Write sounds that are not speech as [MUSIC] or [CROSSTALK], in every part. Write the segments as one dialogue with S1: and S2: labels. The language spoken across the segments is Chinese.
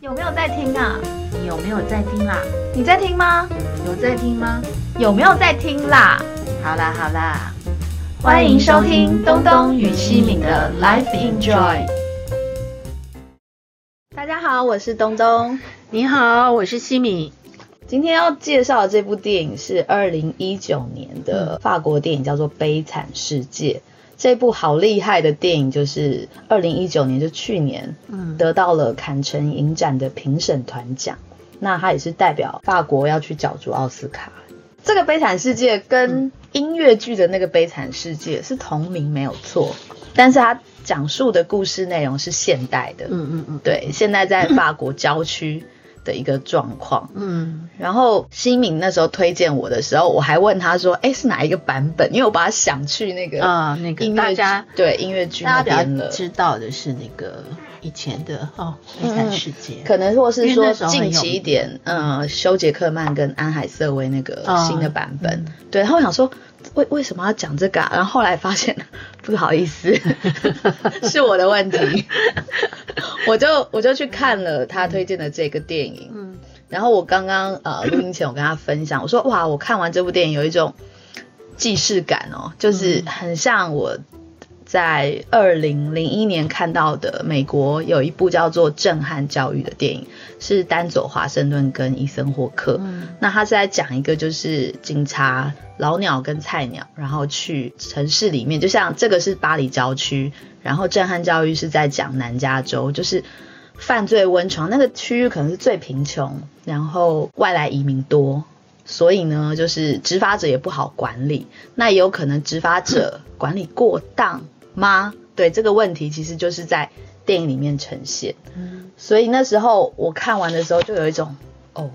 S1: 有没有在听啊？
S2: 你有没有在听啦？
S1: 你在听吗？
S2: 有在听吗？
S1: 有没有在听啦？
S2: 好啦好啦，
S1: 欢迎收听东东与西敏的 Life Enjoy。大家好，我是东东。
S2: 你好，我是西敏。
S1: 今天要介绍的这部电影是二零一九年的
S2: 嗯
S1: 法国电影，叫做《悲惨世界》。这部好厉害的电影，就是二零一九年，就去年，
S2: 嗯
S1: 得到了坎城影展的评审团奖。那他也是代表法国要去角逐奥斯卡。这个《悲惨世界》跟音乐剧的那个《悲惨世界》是同名没有错，但是它讲述的故事内容是现代的，
S2: 嗯嗯嗯
S1: 对，现在在法国郊区的一个状况。
S2: 嗯，
S1: 然后西敏那时候推荐我的时候，我还问他说：“哎，是哪一个版本？”因为我把他想去那个
S2: 啊、那
S1: 音
S2: 个
S1: 乐
S2: 大
S1: 剧
S2: 家
S1: 对音乐剧
S2: 大
S1: 那
S2: 家
S1: 边
S2: 比较
S1: 了，
S2: 知道的是那个以前的哦《悲惨世界》
S1: 可能或
S2: 因
S1: 是
S2: 为
S1: 说
S2: 那时候很有名
S1: 近期一点，嗯，修杰克曼跟安海瑟薇那个
S2: 啊
S1: 新的版本，
S2: 嗯
S1: 对，然后我想说。为为什么要讲这个、啊？然后后来发现，不好意思， [LAUGHS] 是我的问题， [LAUGHS] 我就我就去看了他推荐的这个电影，
S2: 嗯
S1: 然后我刚刚呃录音前我跟他分享，我说哇，我看完这部电影有一种既视感哦，就是
S2: 嗯
S1: 很像我在二零零一年看到的美国有一部叫做《震撼教育》的电影，是丹佐华盛顿跟伊森霍克。
S2: 嗯
S1: 那他是在讲一个就是警察老鸟跟菜鸟，然后去城市里面，就像这个是巴黎郊区，然后震撼教育是在讲南加州，就是犯罪温床那个区域可能是最贫穷，然后外来移民多，所以呢，就是执法者也不好管理，那也有可能执法者管理过当吗？对这个问题，其实就是在电影里面呈现。
S2: 嗯
S1: 所以那时候我看完的时候，就有一种哦，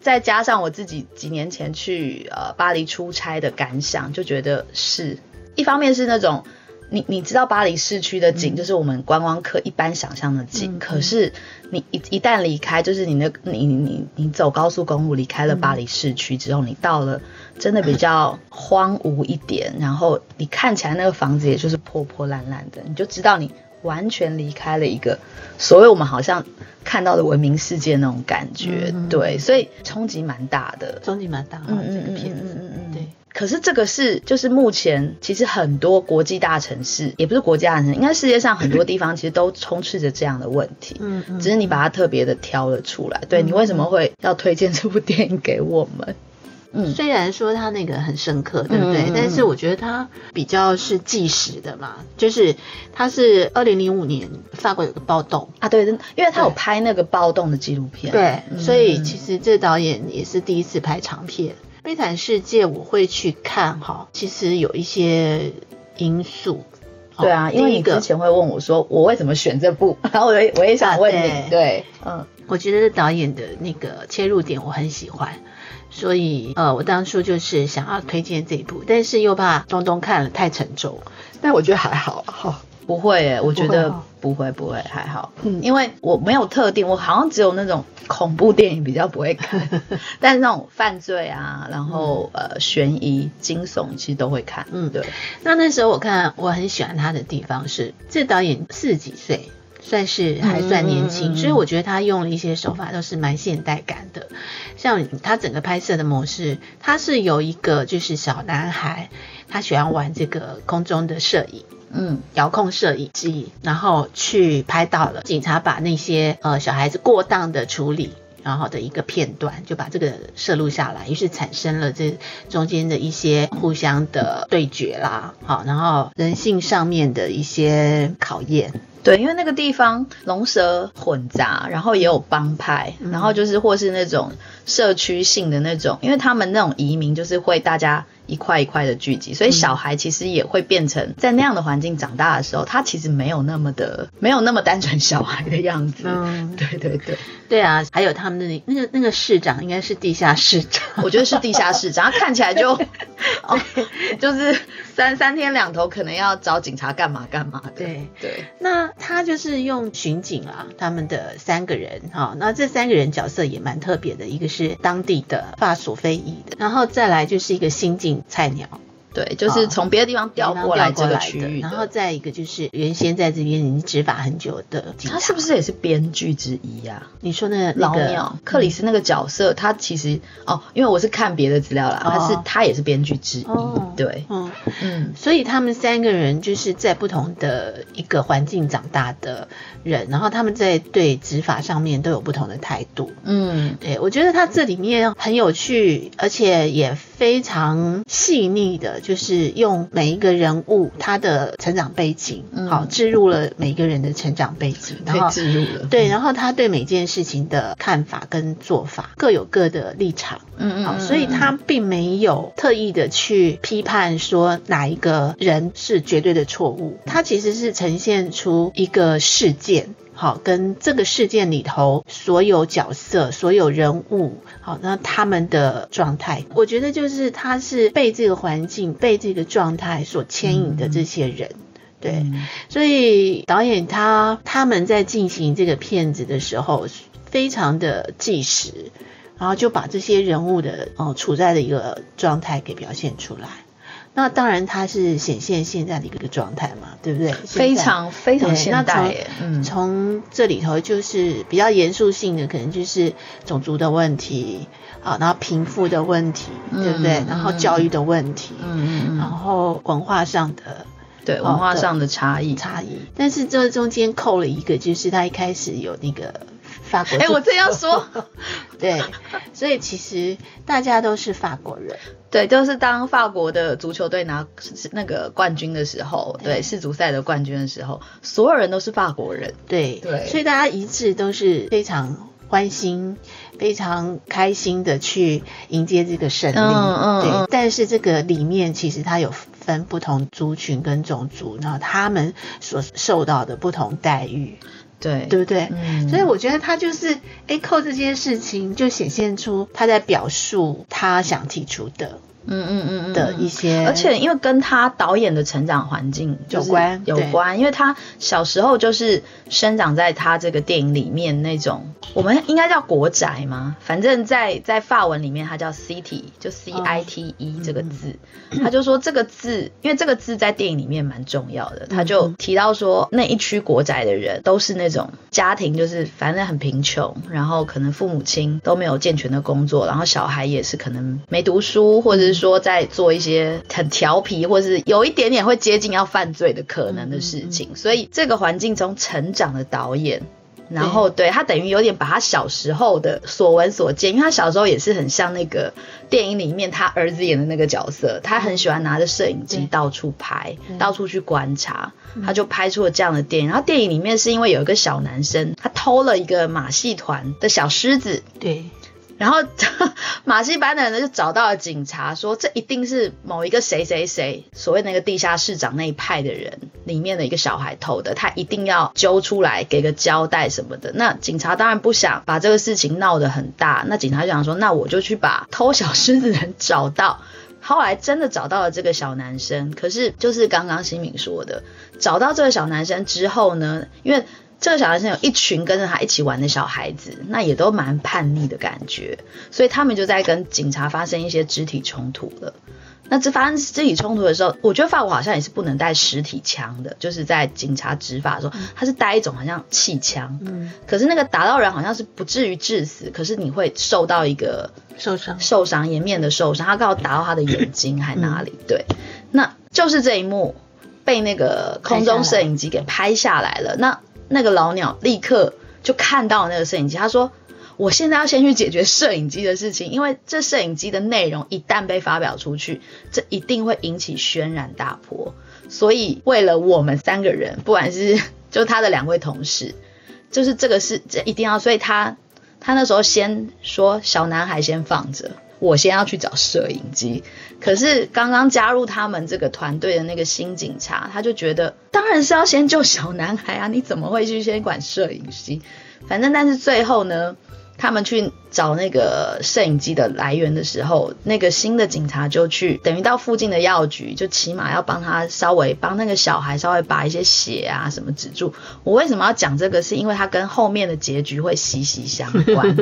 S1: 再加上我自己几年前去呃巴黎出差的感想，就觉得是一方面是那种你你知道巴黎市区的景，就是我们观光客一般想象的景，
S2: 嗯
S1: 可是你一一旦离开，就是你那你你你你走高速公路离开了巴黎市区之后，你到了真的比较荒芜一点，然后你看起来那个房子也就是破破烂烂的，你就知道你完全离开了一个所谓我们好像看到的文明世界那种感觉，
S2: 嗯嗯
S1: 对，所以冲击蛮大的。
S2: 终极蛮大的、
S1: 嗯
S2: 这
S1: 嗯
S2: 个
S1: 嗯
S2: 片子，
S1: 嗯嗯嗯嗯
S2: 对，
S1: 可是这个是，就是目前其实很多国际大城市，也不是国际大城市，应该世界上很多地方其实都充斥着这样的问题。
S2: 嗯嗯
S1: 只是你把它特别的挑了出来，对你为什么会要推荐这部电影给我们？嗯，
S2: 虽然说他那个很深刻，对不对？
S1: 嗯嗯嗯
S2: 但是我觉得他比较是纪实的嘛，就是他是二零零五年法国有个暴动，
S1: 啊，对，真的因为他有拍那个暴动的纪录片，
S2: 对，
S1: 嗯
S2: 所以其实这导演也是第一次拍长片，《悲惨世界》我会去看哈，其实有一些因素。哦
S1: 对啊，因为
S2: 第
S1: 你
S2: 一
S1: 之
S2: 个，
S1: 前会问我说我为什么选这部，然后我也我也想问你，
S2: 啊对
S1: 对，嗯
S2: 我觉得导演的那个切入点我很喜欢。所以，呃，我当初就是想要推荐这一部，但是又怕东东看了太沉重，但我觉得还好哈、
S1: 不会耶，我觉
S2: 不会
S1: 得
S2: 哦
S1: 不会不会还好，
S2: 嗯
S1: 因为我没有特定，我好像只有那种恐怖电影比较不会
S2: [LAUGHS]
S1: 看，但是那种犯罪啊，然后、呃悬疑、惊悚其实都会看，
S2: 嗯
S1: 对，
S2: 那那时候我看我很喜欢他的地方是，这导演四十几岁，算是还算年轻，
S1: 嗯嗯嗯
S2: 所以我觉得他用了一些手法都是蛮现代感的。像他整个拍摄的模式，他是有一个就是小男孩，他喜欢玩这个空中的摄影。
S1: 嗯
S2: 遥控摄影机，然后去拍到了警察把那些呃小孩子过当的处理。然后的一个片段就把这个摄录下来，于是产生了这中间的一些互相的对决啦，好，然后人性上面的一些考验，
S1: 对，因为那个地方龙蛇混杂，然后也有帮派，
S2: 嗯
S1: 然后就是或是那种社区性的那种，因为他们那种移民就是会大家一块一块的聚集，
S2: 嗯
S1: 所以小孩其实也会变成在那样的环境长大的时候，他其实没有那么的没有那么单纯小孩的样子。
S2: 嗯，
S1: [LAUGHS] 对对对，
S2: 对啊，还有他们那里那个那个市长应该是地下市长，
S1: 我觉得是地下室长，他看起
S2: [LAUGHS]
S1: 来就哦，就是三三天两头可能要找警察干嘛干嘛的。
S2: 对
S1: 对，
S2: 那他就是用巡警啊，他们的三个人哈、那这三个人角色也蛮特别的，一个是当地的法索非裔的，然后再来就是一个新晋菜鸟，
S1: 对，
S2: 哦
S1: 就是从别的地方调
S2: 地方
S1: 过来这个
S2: 的
S1: 区域的。
S2: 然后再一个就是原先在这边已经执法很久的警察，
S1: 他是不是也是编剧之一呀、
S2: 你说那
S1: 老
S2: 那个
S1: 鸟克里斯那个角色，他其实
S2: 嗯
S1: 哦，因为我是看别的资料啦，
S2: 哦
S1: 他是他也是编剧之一，
S2: 哦
S1: 对，
S2: 嗯，
S1: 嗯，
S2: 所以他们三个人就是在不同的一个环境长大的人，然后他们在对执法上面都有不同的态度。
S1: 嗯，
S2: 对，我觉得他这里面很有趣，而且也非常细腻的，就是用每一个人物他的成长背景，
S1: 嗯
S2: 好置入了每一个人的成长背景，然
S1: 被
S2: 后
S1: 置入了，
S2: 对，然后他对每件事情的看法跟做法各有各的立场，
S1: 嗯，嗯
S2: 好，
S1: 嗯，
S2: 所以他并没有特意的去批判说哪一个人是绝对的错误，他其实是呈现出一个事件。好，跟这个事件里头所有角色、所有人物，好，那他们的状态，我觉得就是他是被这个环境、被这个状态所牵引的这些人，对，
S1: 嗯
S2: 所以导演他他们在进行这个片子的时候，非常的纪实，然后就把这些人物的哦、呃处在的一个状态给表现出来。那当然，它是显现现在的一个状态嘛，对不对？
S1: 非
S2: 现在
S1: 常非常
S2: 对
S1: 现
S2: 那
S1: 代
S2: 从
S1: 耶，嗯，
S2: 从这里头就是比较严肃性的，可能就是种族的问题啊，然后贫富的问题，
S1: 嗯
S2: 对不对？
S1: 嗯
S2: 然后教育的问题，
S1: 嗯嗯
S2: 然
S1: 嗯，
S2: 后文化上的
S1: 对，文化上的差异。
S2: 哦差异。但是这中间扣了一个，就是他一开始有那个法国，
S1: 哎、我正要说，
S2: [LAUGHS] 对，所以其实大家都是法国人，
S1: 对，就是当法国的足球队拿那个冠军的时候，对，世足赛的冠军的时候，所有人都是法国人，
S2: 对，
S1: 对
S2: 所以大家一致都是非常欢欣、非常开心的去迎接这个胜利，
S1: 嗯嗯
S2: 对。
S1: 嗯
S2: 但是这个里面其实它有分不同族群跟种族，然后他们所受到的不同待遇，
S1: 对，
S2: 对不对？
S1: 嗯，
S2: 所以我觉得他就是哎，扣这件事情就显现出他在表述他想提出的
S1: 嗯嗯嗯嗯
S2: 的一
S1: 嗯
S2: 些，
S1: 而且因为跟他导演的成长环境就是
S2: 有关
S1: 有
S2: 对
S1: 关，因为他小时候就是生长在他这个电影里面那种，我们应该叫国宅吗？反正在在法文里面，它叫 city，就
S2: 哦
S1: C I T E 这个
S2: 嗯
S1: 字，他就说这个字，因为这个字在电影里面蛮重要的，他
S2: 嗯
S1: 就提到说那一区国宅的人都是那种家庭就是反正很贫穷，然后可能父母亲都没有健全的工作，然后小孩也是可能没读书，或者是说在做一些很调皮，或是有一点点会接近要犯罪的可能的事情，所以这个环境中成长的导演。然后对他等于有点把他小时候的所闻所见，因为他小时候也是很像那个电影里面他儿子演的那个角色，他很喜欢拿着摄影机
S2: 对
S1: 到处拍
S2: 对，嗯
S1: 到处去观察，他就拍出了这样的电影。然后电影里面是因为有一个小男生，他偷了一个马戏团的小狮子，
S2: 对
S1: 然后 [LAUGHS] 马戏班的人呢就找到了警察，说这一定是某一个谁谁谁，所谓那个地下市长那一派的人里面的一个小孩偷的，他一定要揪出来给个交代什么的。那警察当然不想把这个事情闹得很大，那警察就想说，那我就去把偷小狮子的人找到。后来真的找到了这个小男生，可是就是刚刚新敏说的，找到这个小男生之后呢，因为这个小男生有一群跟着他一起玩的小孩子，那也都蛮叛逆的感觉，所以他们就在跟警察发生一些肢体冲突了。那这发生肢体冲突的时候，我觉得法国好像也是不能带实体枪的，就是在警察执法的时候，他是带一种好像气枪，
S2: 嗯
S1: 可是那个打到人好像是不至于致死，可是你会受到一个
S2: 受伤，
S1: 受伤，颜面的受伤，他刚好打到他的眼睛还哪里？对，那就是这一幕被那个空中摄影机给拍下来了。那那个老鸟立刻就看到那个摄影机，他说：“我现在要先去解决摄影机的事情，因为这摄影机的内容一旦被发表出去，这一定会引起轩然大波。所以为了我们三个人，不管是 [LAUGHS] 就他的两位同事，就是这个是这一定要，所以他他那时候先说小男孩先放着，我先要去找摄影机。可是刚刚加入他们这个团队的那个新警察，他就觉得当然是要先救小男孩啊，你怎么会去先管摄影机？反正但是最后呢，他他们去找那个摄影机的来源的时候，那个新的警察就去，等于到附近的药局，就起码要帮他稍微帮那个小孩稍微把一些血啊什么止住。我为什么要讲这个？是因为它跟后面的结局会息息相关。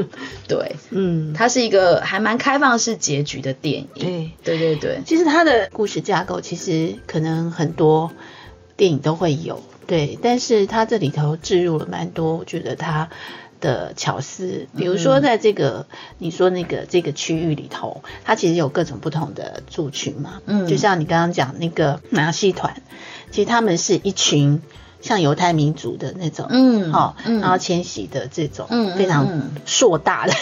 S1: 对，
S2: 嗯，
S1: 它是一个还蛮开放式结局的电影。
S2: 对。
S1: 对对对，
S2: 其实它的故事架构其实可能很多电影都会有，对，但是它这里头置入了蛮多，我觉得它的巧思，比如说在这个、你说那个这个区域里头，它其实有各种不同的族群嘛，
S1: 嗯
S2: 就像你刚刚讲那个马戏团，其实他们是一群像犹太民族的那种，
S1: 嗯
S2: 哦，
S1: 嗯
S2: 然后迁徙的这种
S1: 嗯
S2: 非
S1: 嗯
S2: 常
S1: 嗯
S2: 硕大的，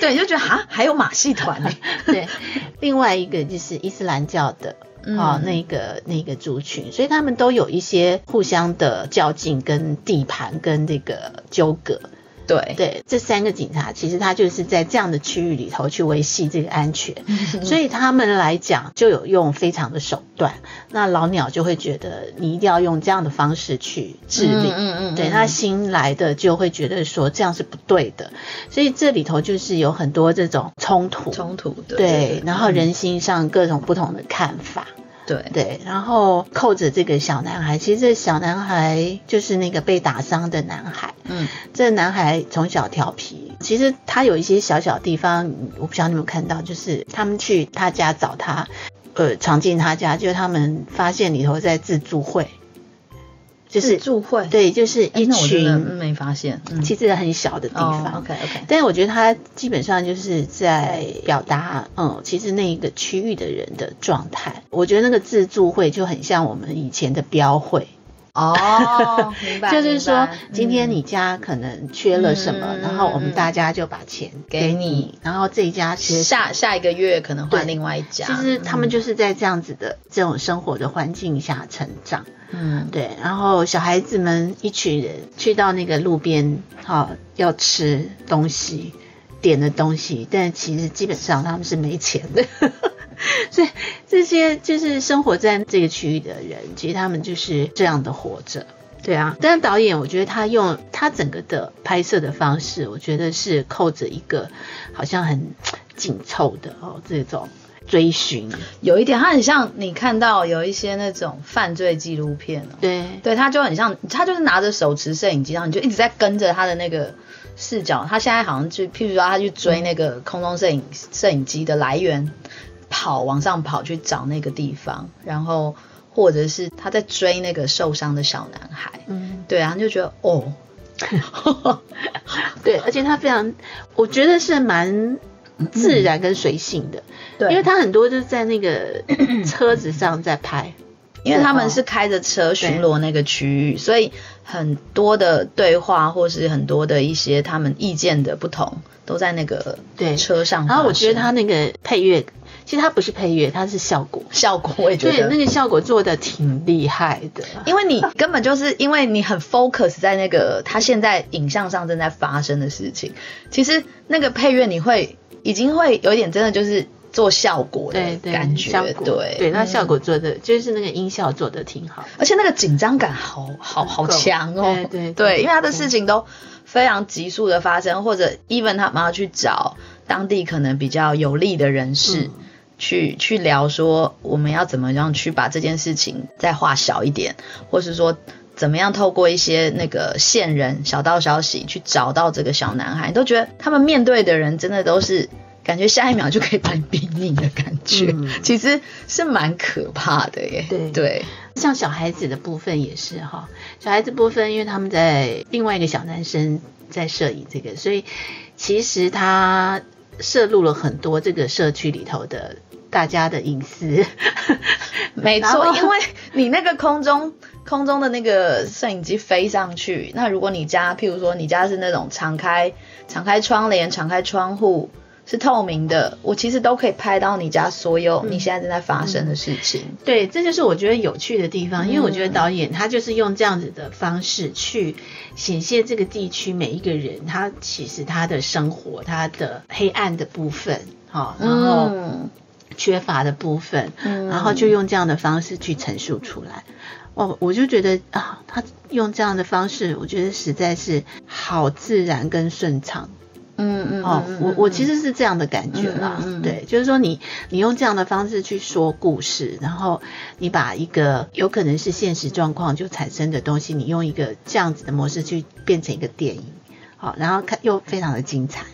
S1: 对，你就觉得哈还有马戏团呢。
S2: 对， [LAUGHS] 另外一个就是伊斯兰教的。
S1: 嗯
S2: 哦，那个那个族群，所以他们都有一些互相的较劲、跟地盘、跟这个纠葛。 [LAUGHS]
S1: 对
S2: 对，这三个警察其实他就是在这样的区域里头去维系这个安全，
S1: 嗯
S2: 所以他们来讲就有用非常的手段。那老鸟就会觉得你一定要用这样的方式去治理。
S1: 嗯嗯嗯，
S2: 对，
S1: 嗯
S2: 那新来的就会觉得说这样是不对的，所以这里头就是有很多这种冲突，
S1: 冲突的，
S2: 对，然后
S1: 嗯
S2: 人心上各种不同的看法，
S1: 对
S2: 对，然后扣着这个小男孩，其实这小男孩就是那个被打伤的男孩，
S1: 嗯
S2: 这男孩从小调皮，其实他有一些小小地方，我不晓得你们有没有看到，就是他们去他家找他，呃，闯进他家，就是他们发现里头在自助会，就
S1: 自
S2: 是
S1: 助会，
S2: 对，就是
S1: 哎，
S2: 一
S1: 那我真的
S2: 群，
S1: 没发现，嗯，哦
S2: 其实很小的地方。
S1: OK OK，
S2: 但是我觉得他基本上就是在表达，嗯，其实那一个区域的人的状态。我觉得那个自助会就很像我们以前的标会，
S1: 哦，明
S2: [LAUGHS]
S1: 白，
S2: 就是
S1: 明
S2: 说
S1: 白
S2: 今天你家可能缺了什么，
S1: 嗯
S2: 然后我们大家就把钱给
S1: 给
S2: 你，
S1: 你
S2: 然后这一家嗯
S1: 嗯
S2: 缺什么
S1: 下下一个月可能换
S2: 对
S1: 另外一家，嗯
S2: 其实他们就是在这样子的这种生活的环境下成长，
S1: 嗯
S2: 对。然后小孩子们一群人去到那个路边，好、要吃东西，点的东西，但其实基本上他们是没钱的。 [LAUGHS] 所以这些就是生活在这个区域的人，其实他们就是这样的活着。对啊，但是导演我觉得他用他整个的拍摄的方式，我觉得是扣着一个好像很紧凑的哦这种追寻，
S1: 有一点，它很像你看到有一些那种犯罪纪录片哦，
S2: 对
S1: 对，他就很像，他就是拿着手持摄影机，然后你就一直在跟着他的那个视角。他现在好像去，譬如说他去追那个空中摄影摄影机的来源，跑往上跑去找那个地方，然后或者是他在追那个受伤的小男孩。
S2: 嗯
S1: 对啊，你就觉得哦，
S2: 对，而且他非常，我觉得是蛮自然跟随性的，
S1: 对，
S2: 因为他很多就是在那
S1: [CLEARS THROAT]
S2: 个车子上在拍，
S1: 因为他们是开着车巡逻那个区域，所以很多的对话或是很多的一些他们意见的不同，都在那个
S2: 对
S1: 车上发生。
S2: 然后我觉得他那个配乐，其实它不是配乐，它是效果。
S1: 效果，我也觉
S2: 对，
S1: 得
S2: 那个效果做的挺厉害的。
S1: 因为你根本就是因为你很 focus 在那个他现在影像上正在发生的事情，其实那个配乐你会已经会有点真的就是做效果的
S2: 对对，
S1: 感觉，
S2: 效果
S1: 对
S2: 对，那
S1: 嗯
S2: 效果做的、就是那个音效做的挺好。
S1: 而且那个紧张感好好好
S2: 够
S1: 强哦，
S2: 对对对
S1: 因为他的事情都非常急速的发生，或者 even 他们要去找当地可能比较有利的人士。
S2: 嗯
S1: 去去聊说我们要怎么样去把这件事情再化小一点，或是说怎么样透过一些那个线人小道消息去找到这个小男孩，你都觉得他们面对的人真的都是感觉下一秒就可以把你毙命的感觉，
S2: 嗯
S1: 其实是蛮可怕的耶。
S2: 对
S1: 对，
S2: 像小孩子的部分也是哈，小孩子部分，因为他们在另外一个小男生在摄影这个，所以其实他摄入了很多这个社区里头的大家的隐私。 [LAUGHS]
S1: 没
S2: 然后
S1: 错，因为 [LAUGHS] 你那个空中空中的那个摄影机飞上去，那如果你家，譬如说你家是那种敞开敞开窗帘、敞开窗户是透明的，我其实都可以拍到你家所有
S2: 嗯
S1: 你现在正在发生的事情。
S2: 对，这就是我觉得有趣的地方，因为我觉
S1: 嗯
S2: 得导演他就是用这样子的方式去显现这个地区每一个人，他其实他的生活、他的黑暗的部分，哈、然后
S1: 嗯，
S2: 缺乏的部分，
S1: 嗯
S2: 然后就用这样的方式去陈述出来。哦，我就觉得啊，他用这样的方式，我觉得实在是好自然跟顺畅。
S1: 嗯嗯
S2: 哦，
S1: 嗯
S2: 我
S1: 嗯
S2: 我
S1: 嗯
S2: 其实是这样的感觉啦，
S1: 嗯嗯嗯
S2: 对，就是说你你用这样的方式去说故事，然后你把一个有可能是现实状况就产生的东西，你用一个这样子的模式去变成一个电影，好、然后看又非常的精彩，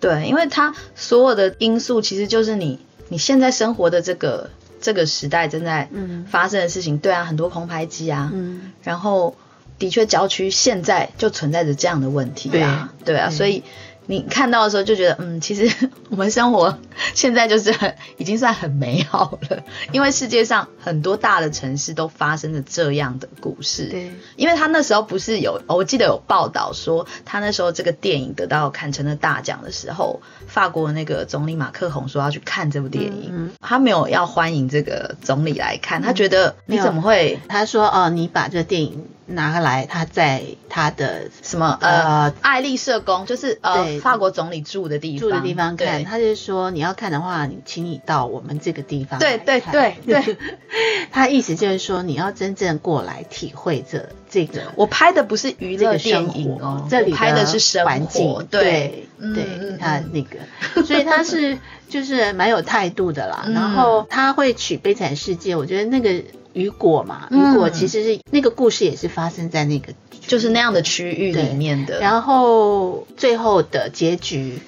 S1: 对，因为它所有的因素其实就是你你现在生活的这个这个时代正在
S2: 嗯
S1: 发生的事情。对啊，很多空拍机啊，
S2: 嗯，
S1: 然后的确郊区现在就存在着这样的问题啊，对啊，
S2: 对
S1: 所以。你看到的时候就觉得，嗯，其实 [LAUGHS] 我们生活现在就是很已经算很美好
S2: 嗯
S1: 了，因为世界上很多大的城市都发生了这样的故事。
S2: 对，
S1: 因为他那时候不是有，我记得有报道说，他那时候这个电影得到坎城的大奖的时候，法国那个总理马克宏说要去看这部电影，
S2: 嗯嗯嗯
S1: 他没有要欢迎这个总理来看，他觉得你怎么会
S2: 他说哦，你把这个电影拿来，他在他的
S1: 什么呃
S2: 呃
S1: 爱丽舍宫，就是呃
S2: 对
S1: 法国总理住的地方，
S2: 住的地方看，
S1: 对
S2: 他就说你要看的话，你请你到我们这个地方
S1: 对
S2: 来
S1: 对
S2: 看
S1: 对对，
S2: [LAUGHS] 他意思就是说，你要真正过来体会这这个
S1: 我拍的不是娱
S2: 这
S1: 乐
S2: 个
S1: 电
S2: 生
S1: 影
S2: 活
S1: 哦，，
S2: 这里
S1: 我拍的是生
S2: 环
S1: 活，
S2: 境，对
S1: 嗯
S2: 对
S1: 嗯，
S2: 他
S1: 嗯
S2: 那个，所以他
S1: [LAUGHS]
S2: 是就是蛮有态度的啦。
S1: 嗯
S2: 然后他会取《悲惨世界》，我觉得那个雨果嘛，
S1: 嗯
S2: 雨果其实是那个故事也是发生在那个，
S1: 就是那样的区域里
S2: 对
S1: 面的，
S2: 然后最后的结局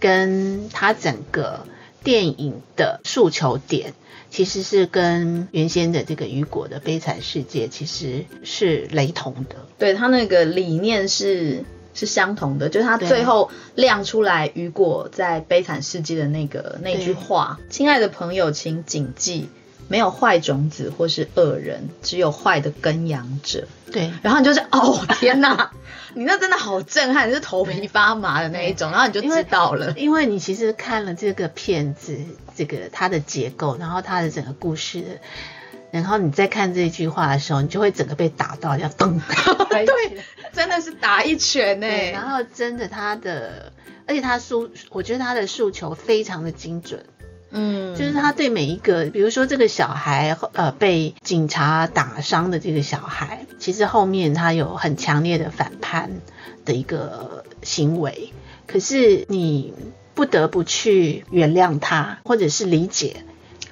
S2: 跟他整个电影的诉求点。其实是跟原先的这个雨果的《悲惨世界》其实是雷同的，
S1: 对他那个理念是是相同的，就是他
S2: 对
S1: 最后亮出来雨果在《悲惨世界》的那个那句话：“亲爱的朋友，请谨记，没有坏种子或是恶人，只有坏的耕养者。
S2: 对”，
S1: 然后你就是哦天哪，你那真的好震撼，你是头皮发麻的那一种，然 [LAUGHS] 后你就
S2: 因为
S1: 知道了。
S2: 因为你其实看了这个片子，这个它的结构，然后它的整个故事，然后你再看这句话的时候，你就会整个被打到，要咚。 [LAUGHS]
S1: [LAUGHS] 对，真的是打一拳呢、
S2: 对，然后真的他的，而且他诉，我觉得他的诉求非常的精准，
S1: 嗯，
S2: 就是他对每一个，比如说这个小孩，呃，被警察打伤的这个小孩，其实后面他有很强烈的反叛的一个行为，可是你不得不去原谅他，或者是理解，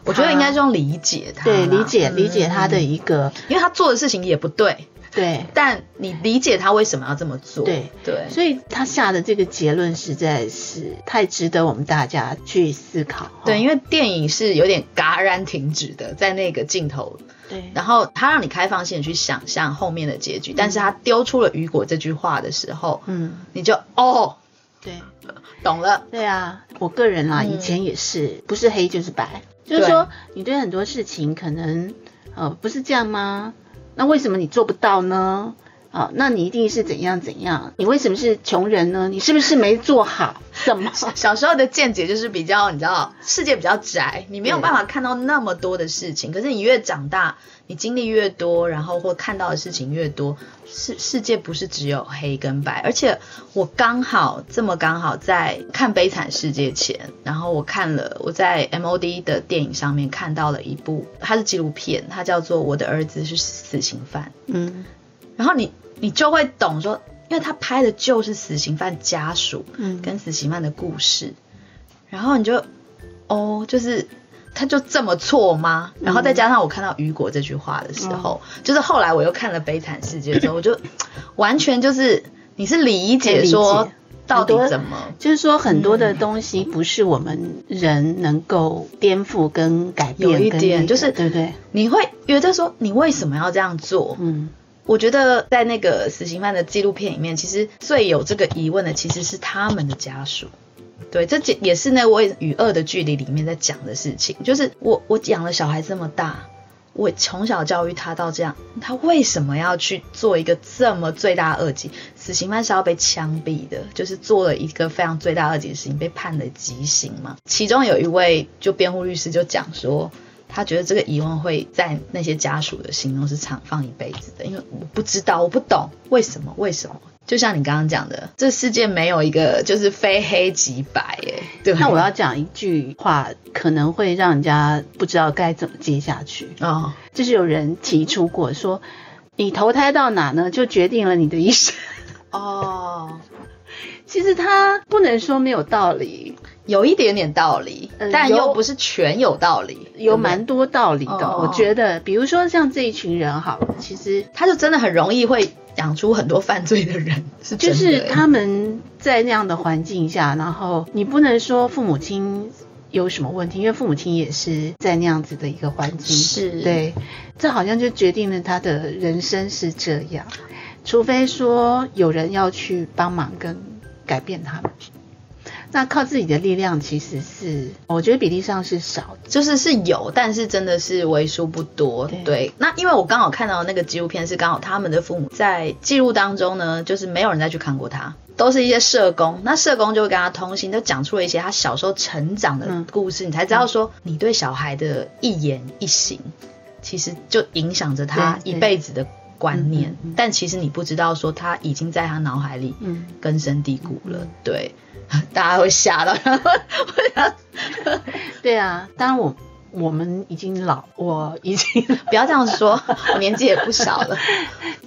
S1: 我觉得应该是用理解他啦，
S2: 对，理解
S1: 嗯
S2: 理解他的，一个，
S1: 因为他做的事情也不对，
S2: 对。
S1: 但你理解他为什么要这么做。
S2: 对
S1: 对，
S2: 所以他下的这个结论实在是太值得我们大家去思考。
S1: 对，因
S2: 为
S1: 为电影是有点戛然停止的，在那个镜头，
S2: 对
S1: 然后他让你开放性的去想象后面的结局，但是他丢出了雨果这句话的时候，
S2: 嗯，
S1: 你就哦
S2: 对。
S1: 懂了，
S2: 对啊，我个人啦，
S1: 嗯
S2: 以前也是，不是黑就是白，就是说你对很多事情可能呃不是这样吗？那为什么你做不到呢？啊、那你一定是怎样怎样？你为什么是穷人呢？你是不是没做好什么？
S1: 小时候的见解就是比较，你知道，世界比较窄，你没有办法看到那么多的事情。可是你越长大，你经历越多，然后或看到的事情越多，世世界不是只有黑跟白。而且我刚好这么刚好在看《悲惨世界》前，然后我看了我在 MOD 的电影上面看到了一部，它是纪录片，它叫做《我的儿子是死刑犯》。
S2: [LAUGHS] 嗯
S1: 然后你你就会懂说，因为他拍的就是死刑犯家属，
S2: 嗯
S1: 跟死刑犯的故事，然后你就哦，就是他就这么错吗？然后再加上我看到雨果这句话的时候，
S2: 嗯
S1: 就是后来我又看了《悲惨世界》之后，我就 [CLEARS THROAT] 完全就是你是理解
S2: 可以
S1: 说
S2: 理解
S1: 到底
S2: 很多
S1: 怎么
S2: 就是说很多
S1: 嗯
S2: 的东西不是我们人能够颠覆跟改变
S1: 有
S2: 跟
S1: 一
S2: 那个，
S1: 点就是
S2: 对不对？
S1: 你会觉得说你为什么要这样做？
S2: 嗯，
S1: 我觉得在那个死刑犯的纪录片里面，其实最有这个疑问的其实是他们的家属。对，这也也是那我也与恶的距离里面在讲的事情，就是我我养了小孩这么大，我从小教育他到这样，他为什么要去做一个这么罪大恶极？死刑犯是要被枪毙的，就是做了一个非常罪大恶极的事情，被判了极刑嘛。其中有一位就辩护律师就讲说，他觉得这个疑问会在那些家属的心中是常放一辈子的，因为我不知道，我不懂为什么，为什么？就像你刚刚讲的，这世界没有一个就是非黑即白，哎，对。
S2: 那我要讲一句话，可能会让人家不知道该怎么接下去。
S1: 哦，
S2: 就是有人提出过说，你投胎到哪呢，就决定了你的一生。
S1: 哦，
S2: [LAUGHS] 其实他不能说没有道理，
S1: 有一点点道理，
S2: 嗯
S1: 但
S2: 有
S1: 又不是全有道理，
S2: 有
S1: 对不对
S2: 蛮多道理的。
S1: 哦
S2: 我觉得，比如说像这一群人好了，其实
S1: 他就真的很容易会养出很多犯罪的人，是真
S2: 就
S1: 的
S2: 是
S1: 欸
S2: 他们在那样的环境下，然后你不能说父母亲有什么问题，因为父母亲也是在那样子的一个环
S1: 嗯
S2: 境，
S1: 是
S2: 对，这好像就决定了他的人生是这样，除非说有人要去帮忙跟改变他们。那靠自己的力量其实是，我觉得比例上是少的。
S1: 就是是有，但是真的是为数不多。
S2: 对
S1: 那因为我刚好看到那个纪录片是刚好他们的父母在记录当中呢，就是没有人再去看过他，都是一些社工。那社工就会跟他通信，就讲出了一些他小时候成长的
S2: 嗯
S1: 故事，你才知道说你对小孩的一言一行，其实就影响着他
S2: 对
S1: 一
S2: 对
S1: 辈子的观念
S2: 嗯嗯嗯。
S1: 但其实你不知道说他已经在他脑海里
S2: 嗯，
S1: 根深蒂固了。对， [LAUGHS] 大家会吓到， [LAUGHS]
S2: 对啊，当然我我们已经老，我已经 [LAUGHS]
S1: 不要这样说， [LAUGHS] 我年纪也不小了。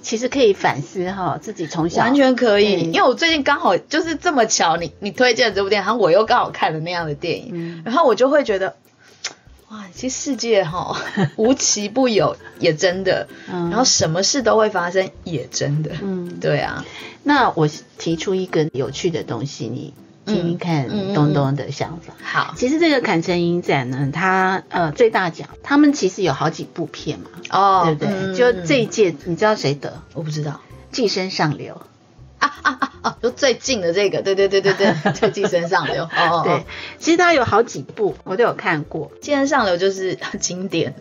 S2: 其实可以反思哈，自己从小
S1: 完全可以，
S2: 嗯
S1: 因为我最近刚好就是这么巧，你你推荐的这部电影，然后我又刚好看了那样的电影，
S2: 嗯
S1: 然后我就会觉得，哇，其实世界
S2: [LAUGHS]
S1: 哈无奇不有，也真的，
S2: 嗯，
S1: 然后什么事都会发生，也真的，
S2: 嗯，
S1: 对啊，
S2: 那我提出一个有趣的东西，你听听
S1: 嗯嗯嗯
S2: 看东东的想法。
S1: 好
S2: 其实这个坎城影展呢，它呃最大奖，他们其实有好几部片嘛，
S1: 哦，
S2: 对嗯不对？
S1: 嗯哦
S2: 就这一届，你知道谁得？
S1: 我不知道
S2: 《寄生上流》
S1: 啊啊啊啊，就最近的这个，对对对对对，
S2: [LAUGHS]
S1: 就寄生上流，哦哦，哦
S2: 对，，其实它有好几部，我都有看过。
S1: 《寄生上流》就是 [LAUGHS] 经典。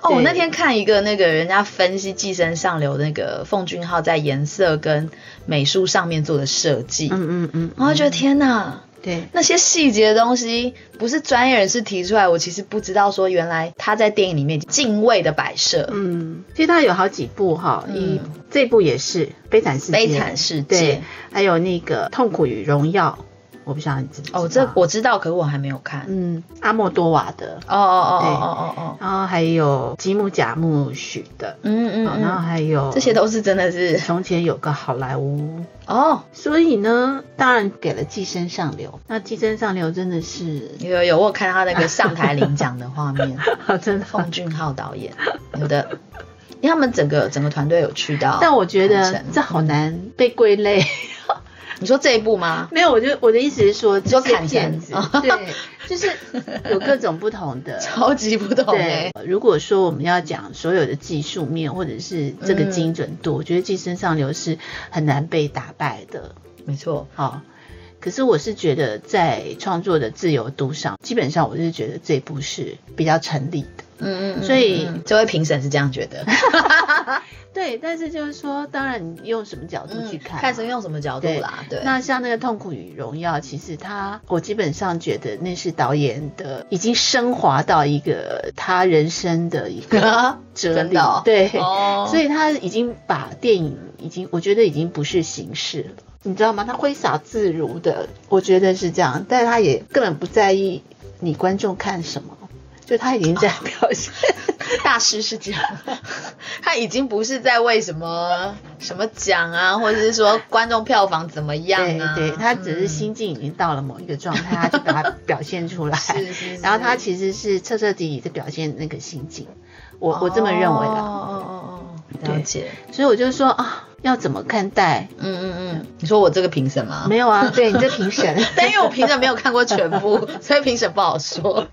S1: 哦，我
S2: 对
S1: 那天看一个那个人家分析《寄生上流》那个奉俊昊在颜色跟美术上面做的设计，
S2: 嗯嗯嗯，
S1: 然后觉得天哪，
S2: 对
S1: 那些细节的东西不是专业人士提出来，我其实不知道说原来他在电影里面敬畏的摆设，
S2: 嗯，其实它有好几部哈，
S1: 嗯
S2: 一、这部也是《悲惨世界》，
S1: 悲惨世界
S2: 对，还有那个《痛苦与荣耀》，我不知道你知不知道。
S1: 哦，这我知道，可是我还没有看。
S2: 嗯，阿莫多瓦的，
S1: 哦哦哦哦哦哦哦，
S2: 然后还有吉姆贾木许的，
S1: 嗯嗯
S2: 哦然后
S1: 嗯，
S2: 还有
S1: 这些都是真的是
S2: 从前有个好莱坞，
S1: 哦，
S2: 所以呢，当然给了《寄生上流》，那《寄生上流》真的是
S1: 有有有，我有看到他那个上台领奖的画
S2: [LAUGHS]
S1: 面。
S2: 啊真的，
S1: 奉俊昊导演，有的，因为他们整个整个团队有去到。
S2: 但我觉
S1: 很
S2: 得
S1: 神
S2: 这好难被归
S1: [LAUGHS]
S2: 类。
S1: 你说这一部吗？
S2: 没有，我就我的意思是说，
S1: 说
S2: 就是
S1: 砍
S2: 剪
S1: 成 [LAUGHS]
S2: 子
S1: 哦，。
S2: 对，就是有各种不同的
S1: [LAUGHS] 超级不懂哎、
S2: 对，如果说我们要讲所有的技术面或者是这个
S1: 嗯
S2: 精准度，我觉得《寄生上流》是很难被打败的。
S1: 没错，
S2: 好、可是我是觉得在创作的自由度上，基本上我是觉得这部是比较成立的。
S1: 嗯嗯嗯，
S2: 所以
S1: 嗯这位评审是这样觉
S2: [LAUGHS]
S1: 得，
S2: 对，但是就是说，当然你用什么角度去看、
S1: 嗯看是。用什么角度啦，对，
S2: 那像那个《痛苦与荣耀》，其实他，我基本上觉得那是导演的已经升华到一个他人生的一
S1: [LAUGHS]
S2: 个哲
S1: 真
S2: 理，
S1: 的哦
S2: 对，
S1: 哦，
S2: 所以他已经把电影已经，我觉得已经不是形式了，你知道吗？他挥洒自如的，我觉得是这样，但他也根本不在意你观众看什么，就他已经在表现。
S1: [LAUGHS] 大师是这样， [LAUGHS] 他已经不是在为什么什么奖啊，或者是说观众票房怎么样
S2: 对
S1: 啊，
S2: 对，他只是
S1: 嗯
S2: 心境已经到了某一个状态，他就把它表现出 [LAUGHS] 来。
S1: 是是是
S2: 然后他其实是彻彻底底的表现那个心境，我我这么认为
S1: 哦
S2: 啦。
S1: 哦哦哦，
S2: 对
S1: 了解，
S2: 所以我就说啊，要怎么看待？
S1: 嗯嗯嗯，你说我这个评审吗？
S2: 没有啊，对你这评审，
S1: 但因为我评审没有看过全 [LAUGHS] 部，所以评审不好说。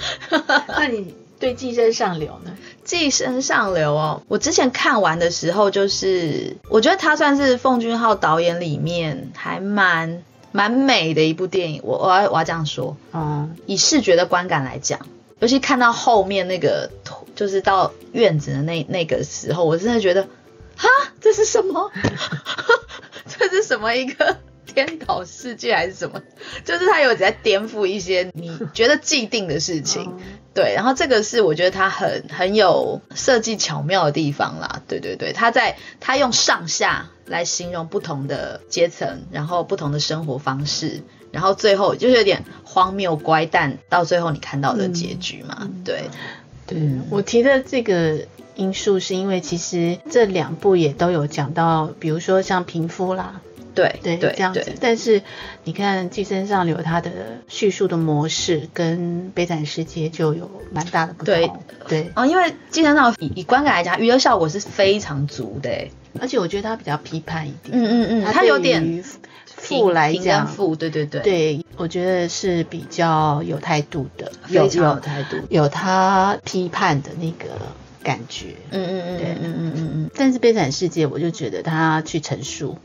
S2: [LAUGHS] 那你对寄生上流呢？
S1: [LAUGHS] 寄生上流哦，我之前看完的时候，就是我觉得他算是奉俊昊导演里面还蛮蛮美的一部电影。我我要我要这样说，
S2: 哦、
S1: 以视觉的观感来讲，尤其看到后面那个图，就是到院子的那那个时候，我真的觉得，哈，这是什么？ [LAUGHS] 这是什么一个颠倒世界还是什么？就是他有在颠覆一些你觉得既定的事情。
S2: 哦
S1: 对，然后这个是我觉得他很很有设计巧妙的地方啦，对对对，他在他用上下来形容不同的阶层，然后不同的生活方式，然后最后就是有点荒谬乖诞，到最后你看到的
S2: 嗯
S1: 结局嘛，对，
S2: 对，我提的这个因素是因为其实这两部也都有讲到，比如说像贫夫啦，
S1: 对
S2: 对，
S1: 对
S2: 这样子
S1: 对。
S2: 但是你看《寄生上流》它的叙述的模式跟《悲惨世界》就有蛮大的不
S1: 对
S2: 同。对，
S1: 哦，因为《寄生上流》以以观感来讲，娱乐效果是非常足的欸。
S2: 而且我觉得它比较批判一点，
S1: 嗯嗯嗯，它
S2: 对
S1: 有点
S2: 于富来
S1: 平跟
S2: 讲，
S1: 富，对对对，
S2: 对，我觉得是比较有态度的，有
S1: 非常有
S2: 有
S1: 态度。
S2: 有他批判的那个感觉。
S1: 嗯嗯嗯
S2: 对
S1: 嗯嗯嗯嗯嗯，
S2: 但是《悲惨世界》，我就觉得他去陈述，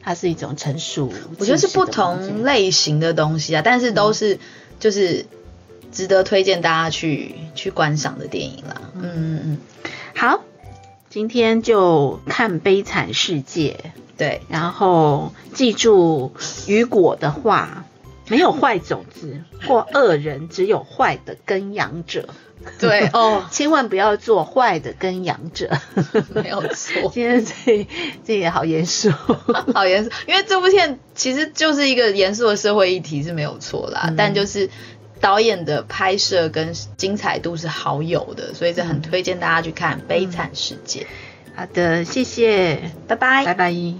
S2: 它是一种陈述。
S1: 我觉得是不
S2: 真实的
S1: 同
S2: 东西
S1: 类型的东西啊，但是都是就是值得推荐大家去去观赏的电影啦。嗯嗯嗯，
S2: 好，今天就看《悲惨世界》，
S1: 对，
S2: 然后记住雨果的话：没有坏种子或恶人，只有坏的耕养者。，
S1: 对哦
S2: 千万不要做坏的耕养
S1: [LAUGHS]
S2: 者。
S1: 没有错。
S2: 今天这这也好严肃。
S1: 好严肃，因为这部片其实就是一个严肃的社会议题是没有错啦，
S2: 嗯
S1: 但就是导演的拍摄跟精彩度是好有的，所以这很推荐大家去看《悲惨世界》。
S2: 好的，谢谢，
S1: 拜拜
S2: 拜拜。